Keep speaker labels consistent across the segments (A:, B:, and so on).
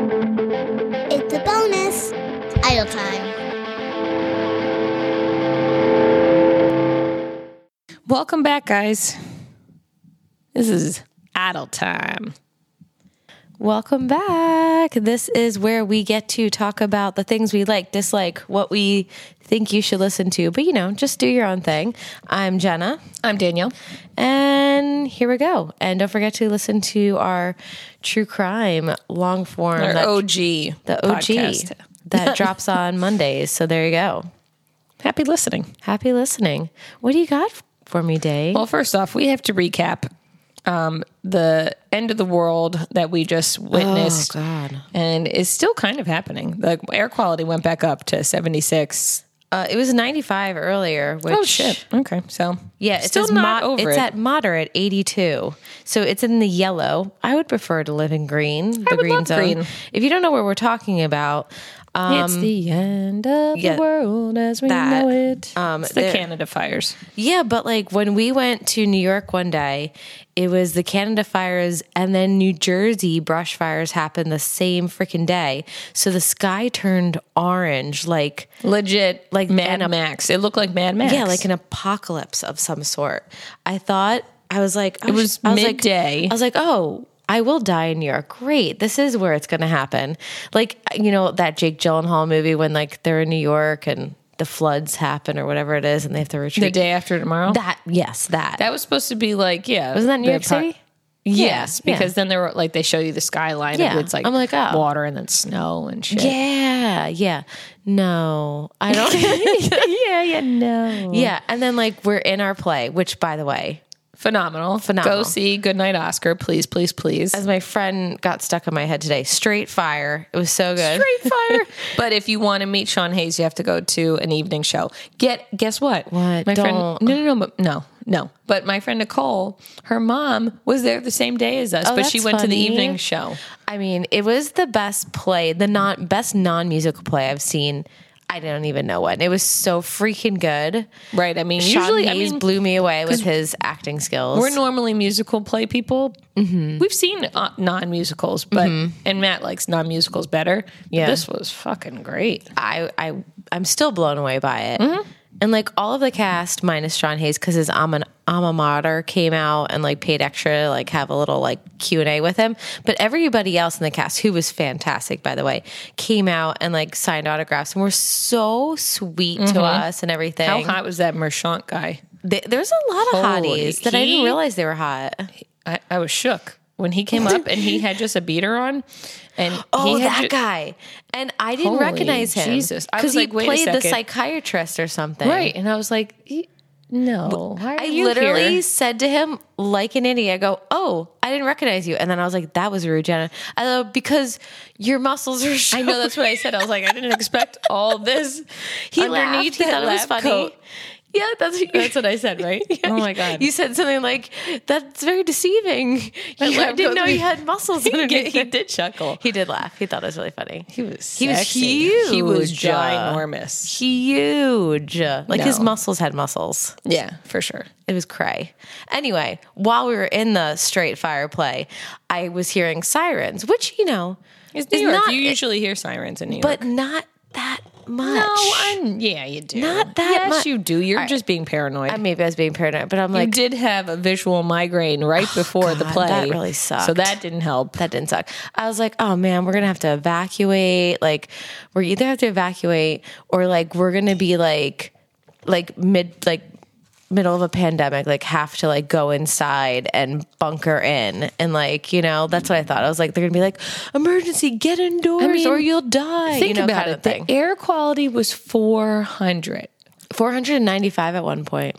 A: It's a bonus. Idle time.
B: Welcome back, guys. This is Idle Time. Welcome back. This is where we get to talk about the things we like, dislike, what we think you should listen to. But you know, just do your own thing. I'm Jenna. I'm Danielle. And here we go. And don't forget to listen to our true crime long form.
C: Our
B: that-
C: OG.
B: the OG
C: podcast.
B: that drops on Mondays. So there you go.
C: Happy listening.
B: Happy listening. What do you got for me, Day?
C: Well, first off, we have to recap um, the end of the world that we just witnessed.
B: God.
C: And is still kind of happening. The air quality went back up to 76.
B: Uh, it was 95 earlier, which
C: Oh, shit. Okay. So,
B: Yeah, it's
C: still not over
B: It's
C: it.
B: at moderate 82. So it's in the yellow. I would prefer to live in green, the
C: I would
B: green
C: love
B: zone.
C: green.
B: If you don't know what we're talking about, um,
C: it's the end of
B: yeah,
C: the world as we
B: that,
C: know it.
B: um,
C: it's the
B: there-
C: Canada fires.
B: Yeah, but like when we went to New York one day, it was the Canada fires and then New Jersey brush fires happened the same freaking day. So the sky turned orange, like
C: Legit, like Mad
B: an-
C: Max. It looked like Mad Max.
B: yeah, like an apocalypse of some sort. I thought I was like, oh, it
C: was
B: I was like-
C: midday.
B: I was like, oh. I will die in New York. Great. This is where it's going to happen. Like, you know, that Jake Gyllenhaal movie when, like, they're in New York and the floods happen or whatever it is and they have to retreat.
C: the day after tomorrow.
B: That, yes, that.
C: That was supposed to be like, yeah.
B: Wasn't that New
C: the
B: York
C: pro-
B: City?
C: Yes,
B: Yeah, yeah.
C: because then there were like they show you the skyline.
B: Yeah,
C: and it's like
B: I'm like, oh.
C: water and then snow and shit.
B: Yeah, yeah. No, I don't.
C: yeah, yeah, no.
B: yeah, and then like we're in our play, which by the way,
C: Phenomenal,
B: Phenomenal.
C: Go see Goodnight Oscar, please, please, please.
B: as my friend got stuck in my head today, straight fire. It was so good.
C: Straight fire. but if you want to meet Sean Hayes, you have to go to an evening show. Get guess what?
B: What?
C: My friend
B: Don't.
C: No, no, no, but- no. No. But my friend Nicole, her mom was there the same day as us,
B: Oh,
C: but she
B: that's
C: went to the
B: funny.
C: evening show.
B: I mean, it was the best play, the non best non musical play I've seen. I don't even know what. It was so freaking good.
C: Right. I mean,
B: Sean
C: usually I
B: Hayes
C: mean,
B: blew me away with his acting skills.
C: we're normally musical play people.
B: Mm-hmm.
C: We've seen uh, non musicals, but and Matt likes non musicals better. but
B: Yeah.
C: this was fucking great.
B: I I I'm still blown away by it.
C: Mm-hmm.
B: And like all of the cast minus Sean Hayes because his alma, alma mater came out and like paid extra to like have a little like Q and A with him. But everybody else in the cast who was fantastic by the way came out and like signed autographs and were so sweet to us and everything.
C: Mm-hmm. How hot was that Mershant guy?
B: They- there's a lot of
C: Holy-
B: hotties that I didn't
C: he-
B: realize they were hot.
C: I, I was shook when he came up and he had just a beater on, and
B: Oh,
C: he had
B: that
C: ju-
B: guy. And I didn't
C: Holy
B: recognize him.
C: Jesus. I
B: Because
C: was
B: he
C: like, wait a
B: played the
C: second.
B: psychiatrist or something.
C: right? And I was like, "E- no, why are
B: I
C: you
B: literally
C: here?"
B: said to him, like an idiot, I go, Oh, I didn't recognize you. And then I was like, That was rude, Jenna. I go, Because your muscles are showing.
C: I know that's what I said. I was like, I didn't expect all this.
B: He
C: underneath
B: laughed. He
C: that
B: thought it was
C: lab
B: funny.
C: coat.
B: Yeah, that's what,
C: That's what I said, right? Oh my god,
B: You said something like, That's very deceiving.
C: That
B: You- I
C: lab
B: didn't
C: coat-
B: know you had muscles
C: he,
B: underneath.
C: he
B: it."
C: did chuckle.
B: He did laugh. He thought it was really funny.
C: He was
B: He was
C: sexy. He was
B: huge, uh,
C: ginormous.
B: Huge. Like his
C: No.
B: muscles had muscles.
C: Yeah, for sure.
B: It was cray. Anyway, while we were in the straight fire play, I was hearing sirens, which you know
C: It's
B: is
C: New York.
B: not,
C: you usually hear sirens in New York.
B: but not that much.
C: no, I'm, yeah, you do.
B: Not that
C: Yes,
B: much.
C: you do. You're just being paranoid.
B: I- maybe I was being paranoid, but I'm like,
C: you did have a visual migraine right before the
B: God,
C: play.
B: that really sucked.
C: So that didn't help.
B: that didn't suck. I was like, oh man, we're gonna have to evacuate. Like, we're either have to evacuate or like we're gonna be like, like mid like middle of a pandemic, like have to like go inside and bunker in and like you know that's what I thought. I was like, they're gonna be like emergency, get indoors
C: mean,
B: or you'll die.
C: Think
B: you know,
C: about
B: kind
C: it.
B: Of thing.
C: The air quality was 400.
B: Four hundred and ninety five at one point.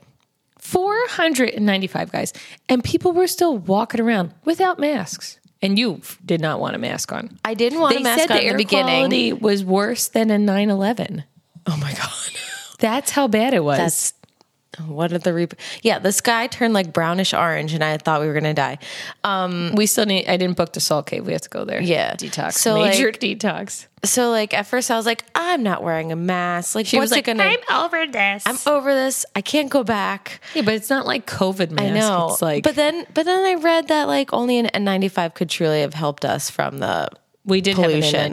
C: 495 guys. And people were still walking around without masks. And you f- did not want a mask on.
B: I didn't want
C: they
B: a mask
C: said
B: on
C: the
B: in
C: air
B: the beginning.
C: quality was worse than a 9/11.
B: Oh my god,
C: That's how bad it was.
B: that's What did the reap? Yeah, the sky turned like brownish orange, and I thought we were gonna die.
C: We still need. I didn't book the salt cave. We have to go there.
B: Yeah.
C: detox.
B: So,
C: major
B: like-
C: detox.
B: So like at first I was like, I'm not wearing a mask. Like
C: She
B: what's
C: was like,
B: it gonna?
C: "I'm over this."
B: I'm over this. I can't go back.
C: yeah, but it's not like COVID mask.
B: I know.
C: It's like,
B: but then, but then I read that like only an N95 could truly have helped us from the.
C: we did
B: pollution.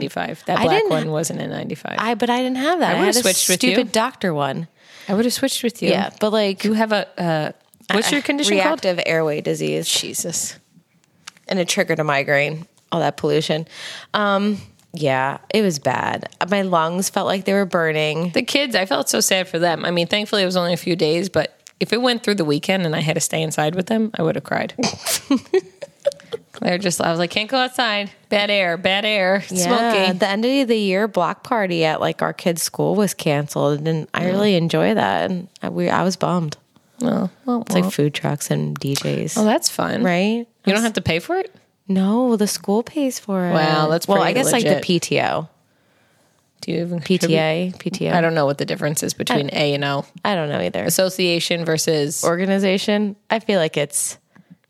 C: have an N95. That
B: I
C: black
B: didn't-
C: one wasn't an N95. I,
B: I but I didn't have that. I,
C: would've
B: had a
C: switched with you.
B: stupid doctor one.
C: would have switched with you.
B: Yeah, but like
C: You have a. Uh, what's your condition called?
B: reactive airway disease,
C: Jesus.
B: and it triggered a migraine. All that pollution. Um, yeah, it was bad. My lungs felt like they were burning.
C: The kids, I felt so sad for them. I mean, thankfully it was only a few days, but if it went through the weekend and I had to stay inside with them, I would have cried. Claire just, I was like, can't go outside. Bad air, bad air,
B: Yeah,
C: smoking.
B: the end of the year block party at like our kids' school was canceled, and I really enjoy that. And I, we, I was bummed.
C: Well, well, Oh,
B: It's like food trucks and DJs,
C: well, that's fun.
B: right?
C: You don't have to pay for it?
B: No, the school pays for it.
C: Wow, that's
B: well. I
C: pretty
B: guess like
C: legit.
B: the PTO,
C: Do you even contribute?
B: PTA, PTO.
C: I don't know what the difference is between A and O.
B: I don't know either.
C: Association versus
B: Organization. I feel like it's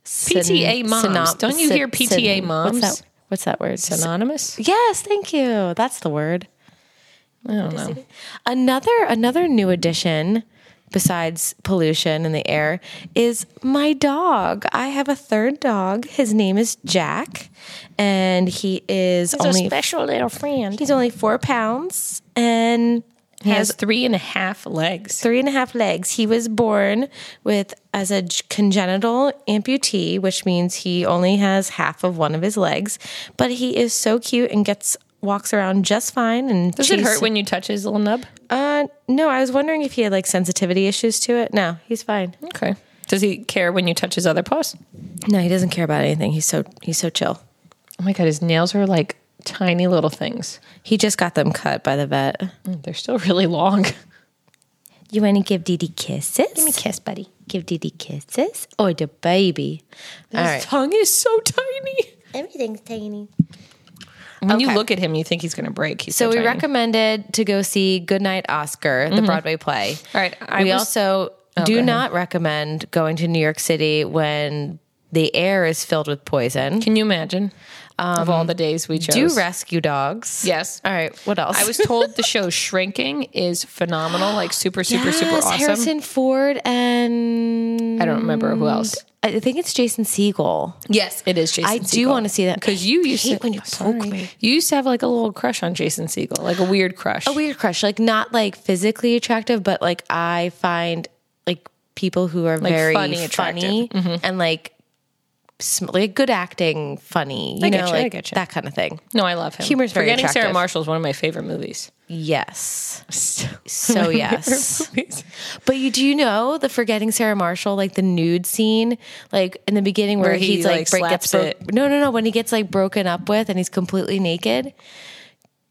B: syn-
C: PTA moms. Don't you
B: syn-
C: hear PTA
B: syn-
C: moms?
B: What's that, what's that word?
C: synonymous?
B: Yes, thank you. That's the word.
C: I don't know.
B: Another another new addition besides pollution in the air is my dog. I have a third dog. His name is Jack, and he is only
C: special little friend.
B: he's only four pounds and
C: He has three and a half legs.
B: three and a half legs. He was born with as a g- congenital amputee, which means he only has half of one of his legs. But he is so cute and gets walks around just fine. And
C: Does it hurt when you touch his little nub?
B: Uh, no, I was wondering if he had like sensitivity issues to it. No, he's fine.
C: Okay. Does he care when you touch his other paws?
B: No, he doesn't care about anything. He's so he's so chill.
C: Oh my god, his nails are like tiny little things. Mm,
B: He just got them cut by the vet.
C: They're still really long.
B: You want to give Didi kisses?
C: kiss, buddy.
B: Give Didi kisses or the baby? All
C: His
B: right.
C: tongue is so tiny.
A: Everything's tiny.
C: When you
B: Okay.
C: look at him, you think he's going to break. He's so,
B: So we
C: tiny.
B: recommended to go see Goodnight Oscar, the Broadway play.
C: Mm-hmm. All right, I
B: we
C: was- Oh,
B: also
C: go
B: do
C: ahead.
B: not recommend going to New York City when the air is filled with poison.
C: Can you imagine? um, of all the days we chose,
B: Do rescue dogs.
C: Yes.
B: All right. What else?
C: I was told the show Shrinking is phenomenal, like super, super, super
B: Yes,
C: awesome.
B: Harrison Ford and
C: I don't remember who else.
B: I think it's Jason Segel.
C: Yes, it is Jason.
B: I do want to see that
C: because you used
B: hate
C: to
B: when you
C: sorry.
B: poke me.
C: You used to have like a little crush on Jason Segel, like a weird crush.
B: a weird crush, like not like physically attractive, but like I find like people who are very
C: funny,
B: funny,
C: attractive. Mm-hmm.
B: and like sm- like good acting, funny. You
C: I
B: know,
C: get you, I
B: like
C: get you.
B: that kind of thing.
C: no, I love him.
B: Humor's very
C: Forgetting Sarah
B: attractive.
C: Marshall is one of my favorite movies.
B: Yes.
C: So,
B: So yes.
C: movies.
B: But you do you know the forgetting Sarah Marshall, like the nude scene, like in the beginning where,
C: Where he,
B: he's like,
C: like,
B: break,
C: slaps
B: gets bro-
C: it.
B: no no no when he gets like broken up with and he's completely naked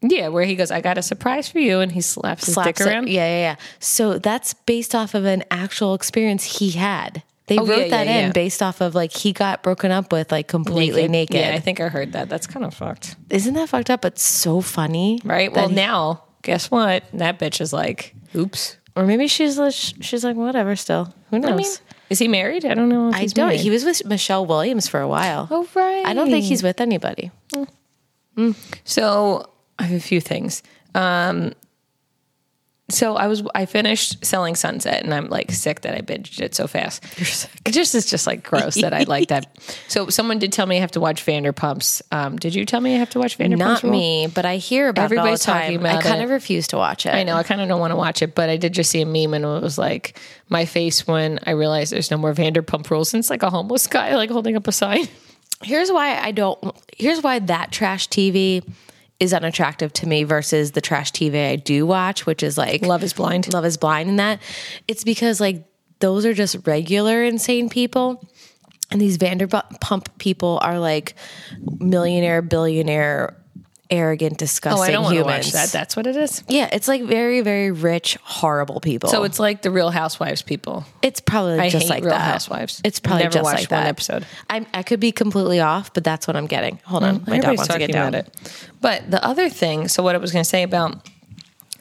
C: Yeah, where he goes, I got a surprise for you, and he slaps his
B: slaps
C: dick
B: it.
C: around.
B: Yeah yeah yeah. So that's based off of an actual experience he had. They
C: yeah,
B: wrote
C: yeah,
B: that in
C: yeah.
B: based off of like he got broken up with like completely naked.
C: Yeah, I think I heard that. That's kind of fucked,
B: Isn't that fucked up? But so funny,
C: right?
B: that
C: Well,
B: he-
C: now guess what? That bitch is like, oops.
B: or maybe she's like, she's like whatever. Still, who knows?
C: I mean, is he married? I don't know. If
B: I
C: he's
B: don't.
C: Married.
B: He was with Michelle Williams for a while.
C: oh right.
B: I don't think he's with anybody.
C: So I have a few things. Um, so I was I finished selling Sunset, and I'm like sick that I binged it so fast. You're sick. It just is just like gross that I like that. So someone did tell me I have to watch Vanderpumps. Um, did you tell me I have to watch Vanderpumps?
B: Not
C: Rule?
B: me, but I hear about
C: Everybody's
B: it all the
C: talking
B: time.
C: about
B: I kind of
C: it.
B: refuse to watch it.
C: I know I kind of don't want to watch it, but I did just see a meme and it was like my face when I realized there's no more Vanderpump Rules. And it's like a homeless guy like holding up a sign.
B: Here's why I don't. Here's why that trash TV is unattractive to me versus the trash TV I do watch, which is like
C: Love is blind.
B: Love is Blind. And that it's because like those are just regular insane people. And these Vanderpump people are like millionaire, billionaire, arrogant, disgusting
C: Oh, I don't want to
B: humans.
C: watch that. That's what it is.
B: Yeah, it's like very, very rich, horrible people.
C: So it's like the Real Housewives people.
B: It's probably
C: I
B: just
C: hate
B: like
C: Real
B: that.
C: Housewives.
B: It's probably
C: Never
B: just
C: watched
B: like
C: one
B: that.
C: episode.
B: I'm, I could be completely off, but that's what I'm getting. Hold on, my dog
C: Everybody's
B: wants to get
C: talking
B: down.
C: about it. But the other thing, so what I was going to say about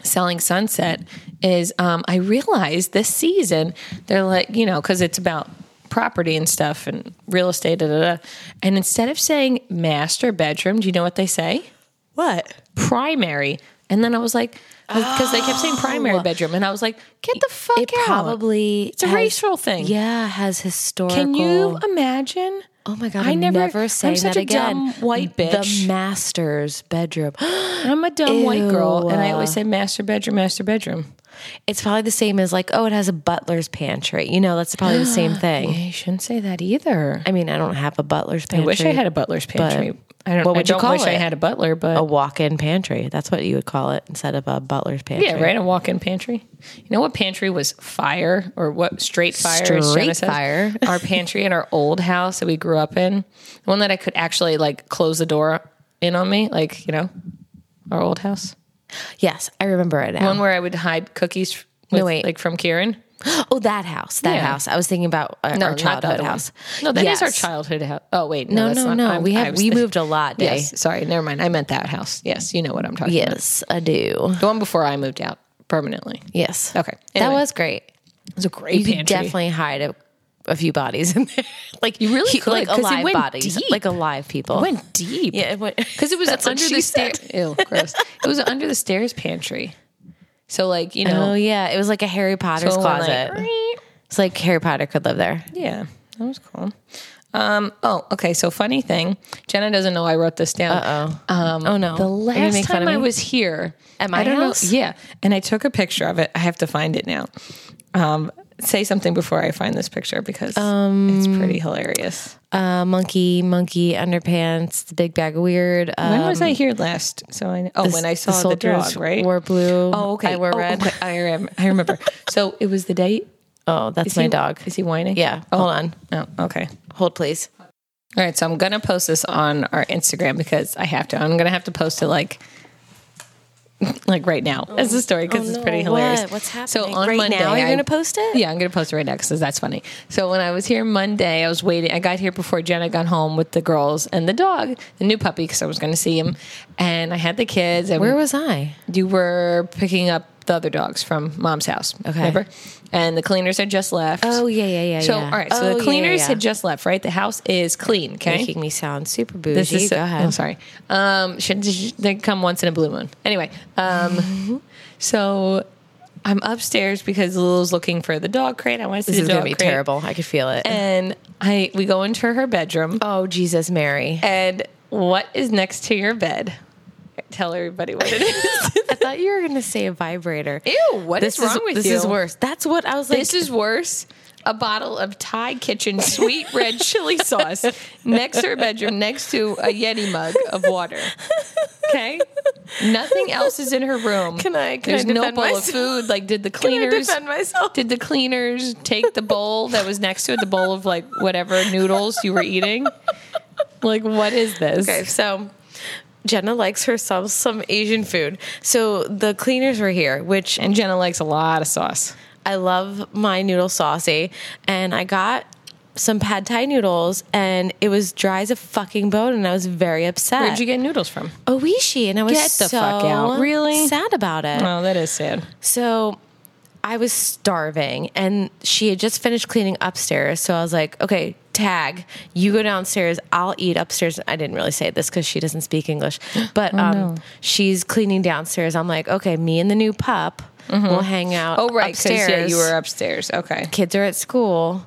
C: Selling Sunset is um, I realized this season they're like you know because it's about property and stuff and real estate da, da, da. and instead of saying master bedroom, do you know what they say?
B: What?
C: Primary. And then I was like, because they kept saying primary bedroom, and I was like, get the fuck
B: Oh. It
C: out.
B: probably
C: it's a
B: has-
C: racial thing.
B: Yeah, has historical.
C: Can you imagine?
B: Oh my god! I am never, saying
C: I'm such
B: that
C: a
B: again.
C: dumb white bitch.
B: The master's bedroom.
C: I'm a dumb white girl, and I always
B: Ew.
C: say master bedroom, master bedroom.
B: it's probably the same as like, oh, it has a butler's pantry. You know, that's probably the same thing.
C: Yeah, you shouldn't say that either.
B: I mean, I don't have a butler's
C: I
B: pantry.
C: wish I had a butler's pantry. I don't.
B: what would
C: I
B: you
C: don't
B: call
C: wish I
B: it?
C: had a butler, but
B: a walk-in pantry. That's what you would call it instead of a butler's pantry.
C: yeah, right. A walk-in pantry. You know what pantry was fire or what straight fire? as
B: Straight
C: Jenna says?
B: fire.
C: our pantry in our old house that we grew up in, the one that I could actually like close the door in on me, like you know, our old house,
B: Yes, I remember it now.
C: one where I would hide cookies. With,
B: No, wait.
C: like from Kieran.
B: Oh, that house. That
C: Yeah.
B: house. I was thinking about uh,
C: No,
B: our
C: not the other
B: childhood
C: one.
B: house.
C: No, that is
B: Yes.
C: our childhood house. Oh wait, no,
B: No,
C: that's
B: no,
C: not-
B: no.
C: I'm-
B: we
C: I
B: have
C: was
B: we
C: thinking-
B: moved a lot. Day.
C: Yes, sorry, never mind. I meant that house. Yes, you know what I'm talking about.
B: Yes, I do.
C: The one before I moved out permanently.
B: Yes.
C: Okay.
B: That
C: Anyway.
B: was great.
C: It was a great
B: You
C: pantry.
B: could definitely hide a, a few bodies in there, like
C: You really
B: cute-
C: could,
B: like
C: 'cause it
B: alive
C: went
B: bodies,
C: deep.
B: like alive people.
C: It went deep.
B: yeah, it went
C: Because it was
B: That's what
C: under
B: she
C: the
B: said.
C: stairs. Ew, gross. it was under the stairs pantry. So like, you
B: Oh
C: know,
B: yeah, it was like a Harry Potter's
C: so when,
B: closet.
C: like,
B: it's like Harry Potter could live there.
C: yeah, that was cool. Um, oh, okay. So funny thing, Jenna doesn't know I wrote this down.
B: Oh, um, oh no!
C: The
B: Are you gonna
C: last
B: make fun
C: time
B: of
C: I
B: me?
C: was here
B: At my
C: I don't
B: house?
C: Know, yeah, and I took a picture of it. I have to find it now. Um, say something before I find this picture because it's
B: Um,
C: pretty hilarious.
B: uh, monkey, monkey underpants, the big bag of weird. Uh,
C: When was I here last? So I oh when I saw the,
B: soldiers
C: dog right.
B: wore blue.
C: oh okay.
B: I wore
C: Oh,
B: red.
C: okay. I remember. I remember. so it was the day.
B: Oh, that's my
C: he-
B: dog.
C: Is he whining?
B: Yeah,
C: Oh,
B: hold on,
C: Oh, okay.
B: hold please.
C: All right. So I'm gonna post this on our Instagram because I have to. I'm gonna have to post it like. Like right now, as a story because it's pretty hilarious.
B: Oh, What? What's happening?
C: So on
B: right
C: Monday,
B: now, you're
C: I-
B: gonna post it?
C: Yeah, I'm gonna post it right now because that's funny. So when I was here Monday, I was waiting. I got here before Jenna got home with the girls and the dog, the new puppy, because I was gonna see him. And I had the kids. And
B: Where was I?
C: you were picking up the other dogs from mom's house?
B: Okay.
C: remember? And the cleaners had just left.
B: Oh yeah, yeah, yeah.
C: So
B: yeah.
C: all right, so
B: Oh, yeah,
C: the
B: yeah,
C: cleaners
B: yeah.
C: had just left. Right, the house is clean. Okay,
B: making me sound super bougie.
C: this is.
B: Go ahead.
C: I'm sorry. Um, should, should- they come once in a blue moon. Anyway, um, so I'm upstairs because Lulu's looking for the dog crate. I want to see
B: This
C: the
B: is
C: dog
B: gonna be
C: crate.
B: terrible. I could feel it.
C: And I we go into her bedroom.
B: oh Jesus, Mary!
C: And what is next to your bed? Tell everybody what it is.
B: I thought you were gonna say a vibrator.
C: Ew! What is
B: this is this is worse. That's what I was like.
C: This is worse. A bottle of Thai kitchen sweet red chili sauce next to her bedroom, next to a Yeti mug of water. Okay, nothing else is in her room.
B: Can I- can I
C: There's no
B: defend
C: bowl
B: myself?
C: of food. Like, did the
B: Can I
C: cleaners?
B: defend myself?
C: Did the cleaners take the bowl that was next to it? The bowl of like whatever noodles you were eating. Like, what is this?
B: Okay, so Jenna likes herself some Asian food. So the cleaners were here, which
C: And Jenna likes a lot of sauce.
B: I love my noodle saucy, and I got some pad thai noodles, and it was dry as a fucking bone, and I was very upset.
C: Where'd you get noodles from? Oh,
B: Oishi, and I was
C: Get the
B: so
C: fuck out. Really?
B: sad about it.
C: Oh, that is sad.
B: So I was starving and she had just finished cleaning upstairs. So I was like, okay, tag, you go downstairs, I'll eat upstairs. I didn't really say this because she doesn't speak English, but
C: Oh,
B: um, she's cleaning downstairs. I'm like, okay, me and the new pup will hang out.
C: Oh, right. Because
B: upstairs.
C: yeah, you were upstairs. Okay.
B: Kids are at school.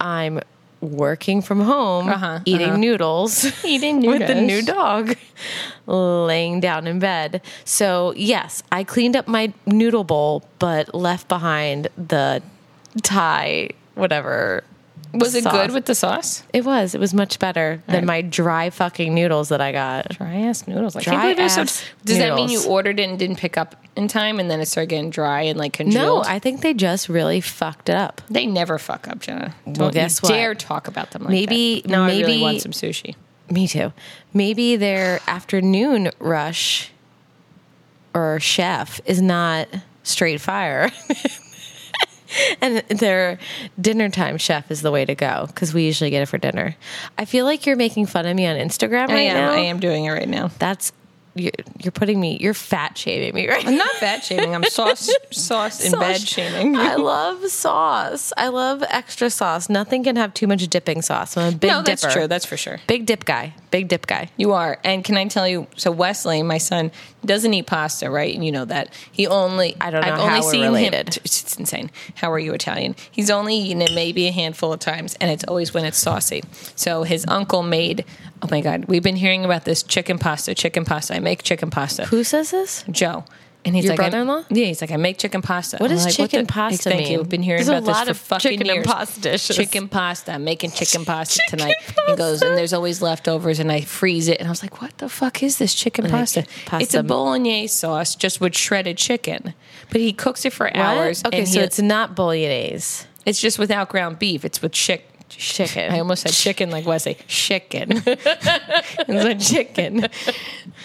B: I'm working from home,
C: Uh-huh,
B: eating
C: uh-huh.
B: noodles
C: Eating
B: with the new
C: noodles.
B: dog laying down in bed. So, yes, I cleaned up my noodle bowl, but left behind the Thai, whatever.
C: Was it
B: sauce.
C: good with the sauce?
B: It was. It was much better than my dry fucking noodles that I got.
C: Dry ass noodles. I
B: Dry
C: can't believe they're
B: ass
C: so. Does that mean you
B: noodles.
C: ordered it and didn't pick up in time, and then it started getting dry and like
B: No,
C: congealed?
B: I think they just really fucked it up.
C: they never fuck up, Jenna. Don't you
B: guess what?
C: dare talk about them. Like
B: Maybe-
C: that. now I really
B: maybe-
C: want some sushi.
B: Me too. Maybe their afternoon rush or chef is not straight fire. and their dinner time chef is the way to go because we usually get it for dinner. I feel like you're making fun of me on Instagram
C: I
B: right
C: am.
B: now.
C: I am doing it right now.
B: That's you're, you're putting me. You're fat shaming me right
C: I'm not fat shaming. I'm sauce, sauce and bad shaming.
B: I love sauce. I love extra sauce. Nothing can have too much dipping sauce. I'm a big
C: no, that's
B: dipper.
C: true. That's for sure.
B: big dip guy. Big dip guy.
C: You are. And can I tell you? So Wesley, my son, doesn't eat pasta, right? And you know that he only.
B: I don't know
C: I've
B: how
C: only
B: we're
C: seen
B: related.
C: him. It's it's insane. How are you Italian? He's only eaten it maybe a handful of times, and it's always when it's saucy. So his uncle made. Oh my God, we've been hearing about this chicken pasta, chicken pasta. I make chicken pasta.
B: Who says this?
C: Joe. And he's
B: Your
C: like, I'm-
B: brother-in-law?
C: Yeah, he's like, I make chicken pasta.
B: What
C: I'm
B: does
C: like,
B: chicken
C: the-
B: pasta
C: Thank
B: mean?
C: you. We've been hearing
B: There's a
C: about this
B: lot
C: for
B: of
C: fucking
B: chicken and
C: years.
B: pasta dishes.
C: Chicken pasta. I'm making chicken pasta
B: Chicken
C: tonight. He goes,
B: pasta.
C: and there's always leftovers, and I freeze it. And I was like, what the fuck is this chicken pasta? It's
B: pasta-
C: a bolognese sauce, just with shredded chicken. But he cooks it for hours.
B: Okay,
C: and
B: so
C: he-
B: it's not bolognese.
C: it's just without ground beef. It's with chick.
B: Chicken.
C: I almost said chicken like Wesley. Chicken. it's a chicken.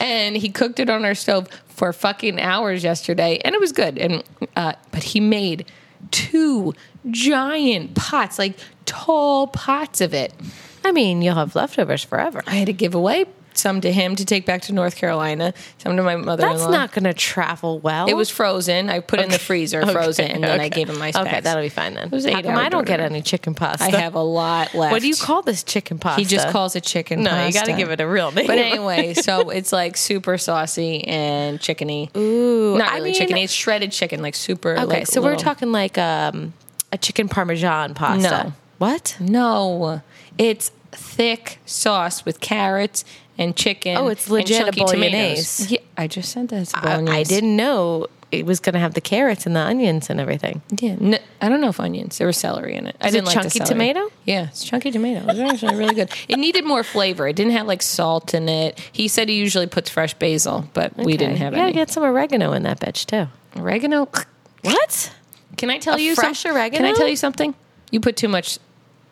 C: And he cooked it on our stove for fucking hours yesterday, and it was good. And uh, but he made two giant pots, like tall pots of it.
B: I mean, you'll have leftovers forever.
C: I had to give away some to him to take back to North Carolina, some to my mother-in-law.
B: That's not going to travel well.
C: It was frozen. I put it in the freezer, frozen, and then I
B: Okay.
C: gave him ice
B: Okay,
C: packs.
B: that'll be fine then.
C: was an
B: How come
C: eight-hour
B: I don't get
C: program.
B: any chicken pasta?
C: I have a lot left.
B: What do you call this chicken pasta?
C: He just calls it chicken.
B: No, you got to
C: pasta.
B: give it a real name.
C: But anyway, so it's like super saucy and chickeny. Ooh, not
B: I
C: really
B: mean-
C: chickeny. It's shredded chicken, like super.
B: okay,
C: like,
B: so we're
C: little-
B: talking like um, a chicken parmesan pasta.
C: No.
B: What?
C: No, it's thick sauce with carrots and chicken.
B: Oh, it's
C: and
B: legit a
C: chunky
B: bolognese.
C: tomatoes. Yeah, I just said that. It's a
B: I,
C: bolognese.
B: I didn't know it was going to have the carrots and the onions and everything.
C: Yeah, no, I don't know if onions. There was celery in it. I
B: Is it
C: didn't like the
B: chunky
C: celery.
B: tomato?
C: Yeah, it's chunky tomato. It was actually really good. It needed more flavor. It didn't have like salt in it. He said he usually puts fresh basil, but we didn't have
B: you gotta
C: any
B: get some oregano in that bitch too.
C: oregano.
B: What?
C: Can I tell
B: A
C: you some-
B: fresh
C: Can
B: oregano?
C: I tell you something? You put too much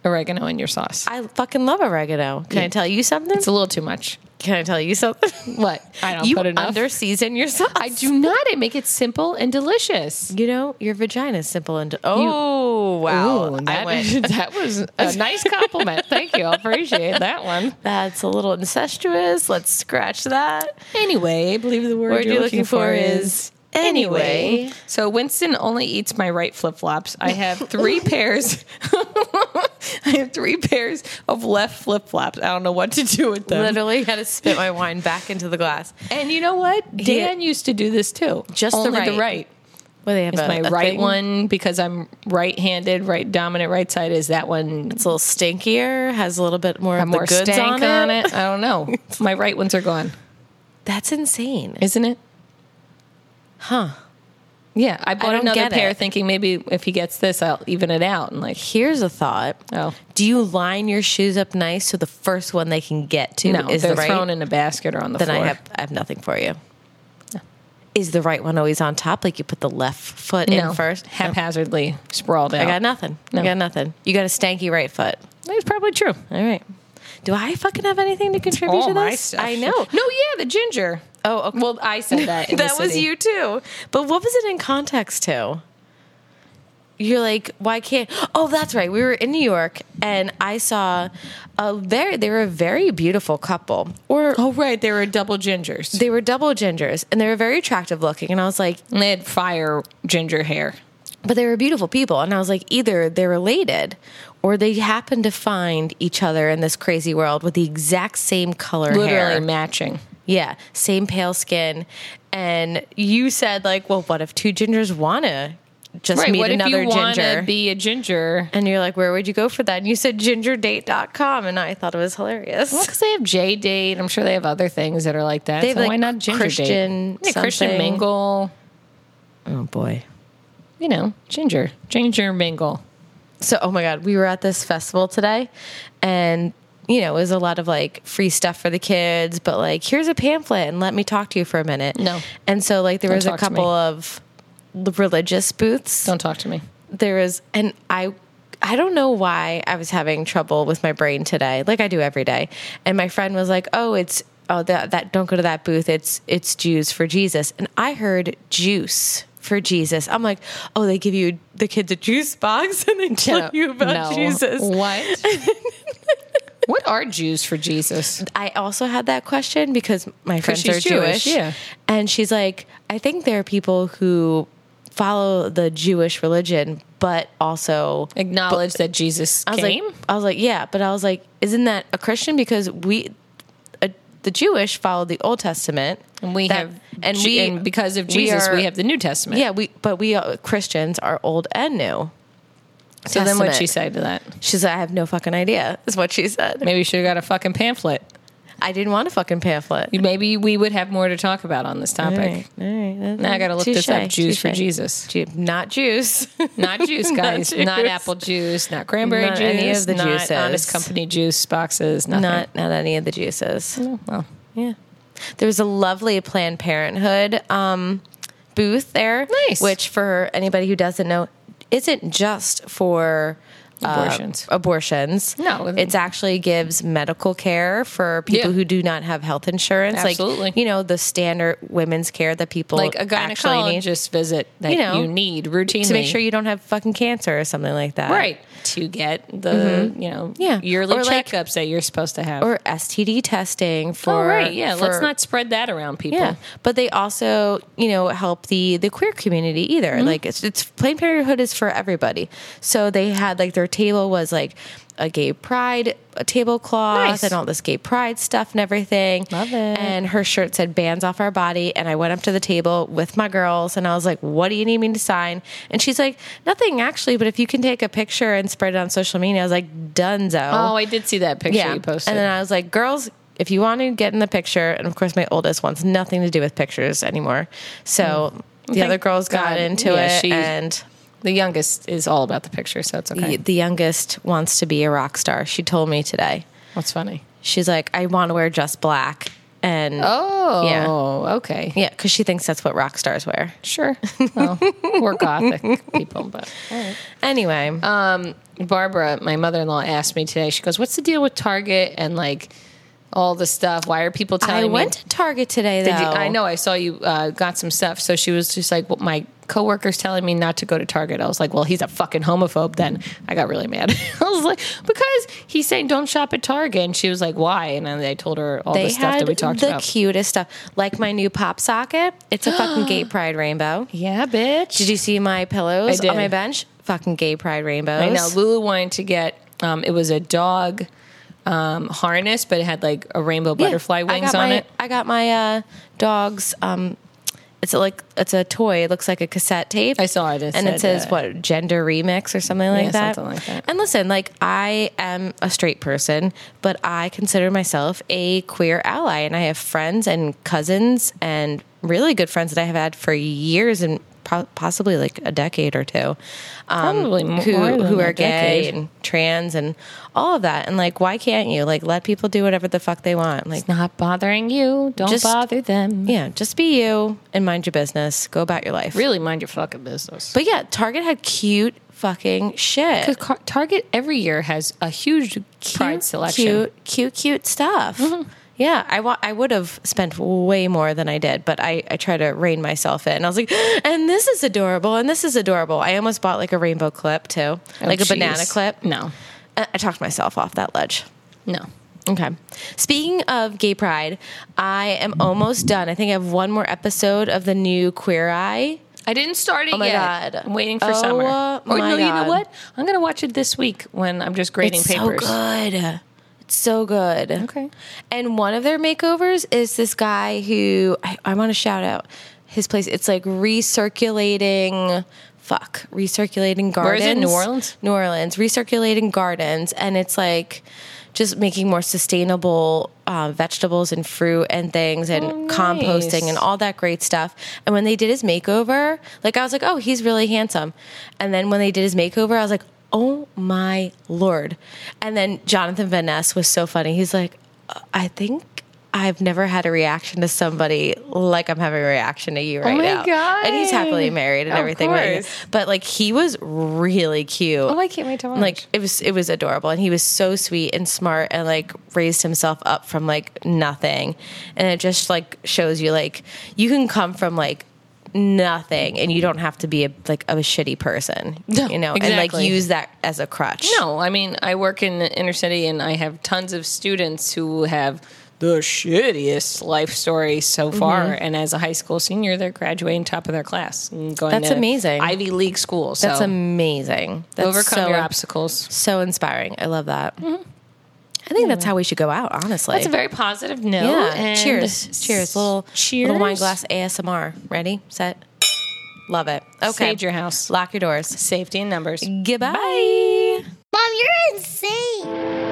C: oregano in your sauce.
B: I fucking love oregano. Can I tell you something?
C: It's a little too much.
B: Can I tell you something?
C: What? I don't
B: you
C: put enough.
B: under season yourself.
C: I do not. I make it simple and delicious.
B: You know, your vagina is simple and oh wow,
C: Ooh,
B: I
C: that,
B: went.
C: that was a nice compliment. Thank you. I appreciate that one.
B: That's a little incestuous. Let's scratch that.
C: Anyway, I believe the word
B: Word
C: you're,
B: you're
C: looking,
B: looking
C: for
B: for
C: is
B: is anyway.
C: So Winston only eats my right flip flops. I have three pairs. I have three pairs of left flip flops. I don't know what to do with them.
B: Literally had to spit my wine back into the glass.
C: And you know what? Dan used to do this too.
B: Just the
C: Only uh,
B: right. Well, they have
C: It's
B: a,
C: my
B: a
C: right
B: thing?
C: one because I'm right-handed, right dominant, right side is that one.
B: It's a little stinkier. Has a little bit more of the
C: more
B: goods
C: stank
B: on it.
C: on it. I don't know. my right ones are gone,
B: That's insane.
C: isn't it?
B: Huh.
C: Yeah, I bought
B: don't
C: another
B: get
C: pair,
B: it.
C: thinking maybe if he gets this, I'll even it out. And like,
B: Here's a thought.
C: oh
B: Do you line your shoes up nice so the first one they can get to
C: no,
B: is
C: they're
B: the right?
C: thrown in a basket or on the
B: then
C: floor.
B: I have I have nothing for you. Is the right one always on top? Like you put the left foot
C: no,
B: in first? No.
C: haphazardly sprawled out.
B: I got nothing.
C: No.
B: I got nothing. You got a stanky right foot.
C: That's probably true.
B: All right. Do I fucking have anything to contribute
C: All
B: to
C: my
B: this?
C: stuff.
B: I know.
C: No, yeah, the ginger.
B: Oh, okay.
C: Well, I said that. in the
B: that was
C: city.
B: you too. But what was it in context to? You're like, why can't? Oh, that's right. We were in New York, and I saw a very they were a very beautiful couple, or
C: Oh, right. They were double gingers.
B: they were double gingers, and they were very attractive looking. And I was like,
C: And they had fire ginger hair.
B: but they were beautiful people and i was like either they're related or they happen to find each other in this crazy world with the exact same color
C: Literally
B: hair
C: matching.
B: yeah same pale skin and you said like well what if two gingers wanna just meet
C: what if
B: another
C: you want
B: ginger
C: to be a ginger?
B: and you're like where would you go for that and you said gingerdate.com and i thought it was hilarious
C: Because they have J date. I'm sure they have other things that are like that.
B: They have,
C: so
B: like,
C: why not ginger
B: Christian
C: date? Yeah, Christian
B: something.
C: mingle.
B: oh boy
C: You know, ginger, ginger mingle.
B: so oh my god we were at this festival today and you know it was a lot of like free stuff for the kids but like here's a pamphlet and let me talk to you for a minute
C: No.
B: and so like there was a
C: talk to me.
B: couple of l- religious booths
C: Don't talk to me.
B: there was and i i don't know why i was having trouble with my brain today like i do every day and my friend was like oh it's oh that, that don't go to that booth it's it's jews for jesus and i heard juice for jesus i'm like oh they give you the kids a juice box and they tell you about
C: no.
B: jesus
C: What? What are Jews for Jesus?
B: I also had that question because my friends
C: she's
B: are Jewish.
C: Jewish, yeah.
B: And she's like, I think there are people who follow the Jewish religion, but also
C: Acknowledge that Jesus
B: I was
C: came.
B: like, I was like, yeah, but I was like, isn't that a Christian? Because we, uh, the Jewish follow the Old Testament,
C: and we
B: that-
C: have
B: and
C: Je-
B: we
C: and because of
B: we
C: Jesus, we,
B: are-
C: have the New Testament.
B: yeah, we, but we uh, Christians are Old and New.
C: So then what she
B: Testament.
C: say to that?
B: She said, I have no fucking idea. Is what she said.
C: Maybe you should have got a fucking pamphlet.
B: I didn't want a fucking pamphlet.
C: Maybe we would have more to talk about on this topic.
B: All right.
C: Now I got to look this up. Jews for Jesus.
B: Ju- not juice.
C: Not juice, guys. not,
B: juice.
C: apple juice. Not cranberry
B: Not
C: juice.
B: any of the
C: not
B: juices.
C: Honest Company juice boxes. Nothing.
B: not not any of the juices.
C: well,
B: Yeah. There was a lovely Planned Parenthood um, booth there.
C: Nice.
B: Which, for anybody who doesn't know, isn't just for uh,
C: Abortions.
B: abortions.
C: No.
B: It actually gives medical care for people
C: Yeah.
B: who do not have health insurance.
C: Absolutely.
B: Like, you know, the standard women's care that people
C: like a
B: actually need
C: gynecologist visit that you,
B: You know,
C: need routinely
B: to make sure you don't have fucking cancer or something like that.
C: right to get the you know
B: Mm-hmm. Yeah.
C: yearly
B: Or, like-
C: checkups that you're supposed to have.
B: Or STD testing
C: oh,
B: for.
C: right, yeah. let's
B: for-
C: not spread that around people.
B: Yeah, but they also, you know, help the the queer community either.
C: Mm-hmm.
B: Like it's, it's Planned Parenthood is for everybody. So they had like their table was like a gay pride a tablecloth
C: Nice.
B: and all this gay pride stuff and everything.
C: Love it.
B: And her shirt said "Bands off our body," and I went up to the table with my girls and I was like, "What do you need me to sign?" And she's like, "Nothing actually, but if you can take a picture and spread it on social media," I was like, "Dunzo."
C: Oh, I did see that picture you posted.
B: And then I was like, girls, if you want to get in the picture, and of course, my oldest wants nothing to do with pictures anymore. So the
C: Mm. Thank
B: other girls got
C: God.
B: into
C: Yeah,
B: it,
C: she-
B: and
C: the youngest is all about the picture, so it's okay.
B: the, the youngest wants to be a rock star. She told me today.
C: What's funny?
B: She's like, I want to wear just black. And
C: Oh,
B: Yeah.
C: okay.
B: yeah, because she thinks that's what rock stars wear.
C: Sure. Well, we're gothic people, but
B: Anyway,
C: Um, Barbara, my mother in law, asked me today. She goes, "What's the deal with Target and like all the stuff? Why are people telling
B: I
C: me?"
B: went to Target today, though.
C: Did you- I know. I saw you uh, got some stuff. So she was just like, well, "My coworker's telling me not to go to Target." I was like, "Well, he's a fucking homophobe." Then I got really mad. I was like, "Because he's saying don't shop at Target," and she was like, "Why?" And then I told her all
B: They
C: the stuff
B: had
C: that we talked
B: the
C: about.
B: cutest stuff, like my new pop socket. It's a fucking gay pride rainbow.
C: yeah, bitch.
B: Did you see my pillows
C: I did.
B: on my bench? Fucking gay pride rainbows.
C: I know. Lulu wanted to get. Um, it was a dog um, harness, but it had like a rainbow
B: Yeah,
C: butterfly
B: I
C: wings
B: got
C: on
B: my-
C: it.
B: I got my uh, dog's. Um, it's a, like it's a toy. It looks like a cassette tape.
C: I saw it. It
B: and
C: said,
B: it says
C: uh,
B: what gender remix or something like
C: Yeah,
B: that.
C: something like that.
B: And listen, like I am a straight person, but I consider myself a queer ally, and I have friends and cousins and really good friends that I have had for years and po- possibly like a decade or two. Um,
C: Probably more
B: who
C: than
B: who
C: a
B: are gay
C: decade.
B: and trans and all of that. And like, why can't you like let people do whatever the fuck they want? Like.
C: Not bothering you. Don't
B: Just-
C: bother them.
B: Yeah, just be you and mind your business. Go about your life.
C: Really mind your fucking business.
B: But yeah, Target had cute fucking shit.
C: Because Target every year has a huge pride
B: Cute,
C: selection.
B: Cute, cute, cute stuff. Mm-hmm. Yeah, I wa- I would have spent way more than I did, but I, I try to rein myself in. I was like, and this is adorable, and this is adorable. I almost bought like a rainbow clip too,
C: Oh,
B: like a
C: jeez.
B: banana clip.
C: No,
B: I, I talked myself off that ledge.
C: no.
B: Okay. Speaking of gay pride, I am almost done. I think I have one more episode of the new Queer Eye.
C: I didn't start it
B: Oh my
C: yet.
B: God.
C: I'm waiting for
B: Oh,
C: summer.
B: uh,
C: or
B: my
C: no, you know
B: God.
C: what? I'm gonna watch it this week when I'm just grading
B: It's
C: papers.
B: so good. It's so good.
C: Okay.
B: And one of their makeovers is this guy who I, I want to shout out his place. It's like recirculating. Fuck, recirculating gardens.
C: Where is it? New Orleans?
B: New Orleans, recirculating gardens, and it's like just making more sustainable uh, vegetables and fruit and things, and
C: Oh, nice.
B: composting and all that great stuff. And when they did his makeover, like I was like, oh, he's really handsome. And then when they did his makeover, I was like, oh my lord. And then Jonathan Van Ness was so funny. He's like, "Uh, I think. I've never had a reaction to somebody like I'm having a reaction to you right
C: Oh my
B: now. And he's happily
C: God.
B: married and
C: Of
B: everything. right?
C: course.
B: But like he was really cute.
C: Oh, I can't wait to watch.
B: Like it was it was adorable and he was so sweet and smart and like raised himself up from like nothing. And it just like shows you like you can come from like nothing and you don't have to be a, like a shitty person
C: No,
B: you know and like
C: exactly.
B: use that as a crutch
C: No, I mean, I work in the inner city and I have tons of students who have the shittiest life story so
B: Mm-hmm.
C: far. And as a high school senior, they're graduating top of their class and going
B: That's
C: to
B: amazing.
C: Ivy League school. So
B: that's amazing that's
C: overcome
B: so,
C: your obstacles.
B: so inspiring i love that i think that's how we should go out honestly
C: That's a very positive note.
B: yeah
C: and
B: cheers cheers little
C: cheers.
B: little wine glass asmr ready set love it okay
C: Sage your house.
B: lock your doors
C: Safety in numbers.
B: goodbye
A: Mom, you're insane.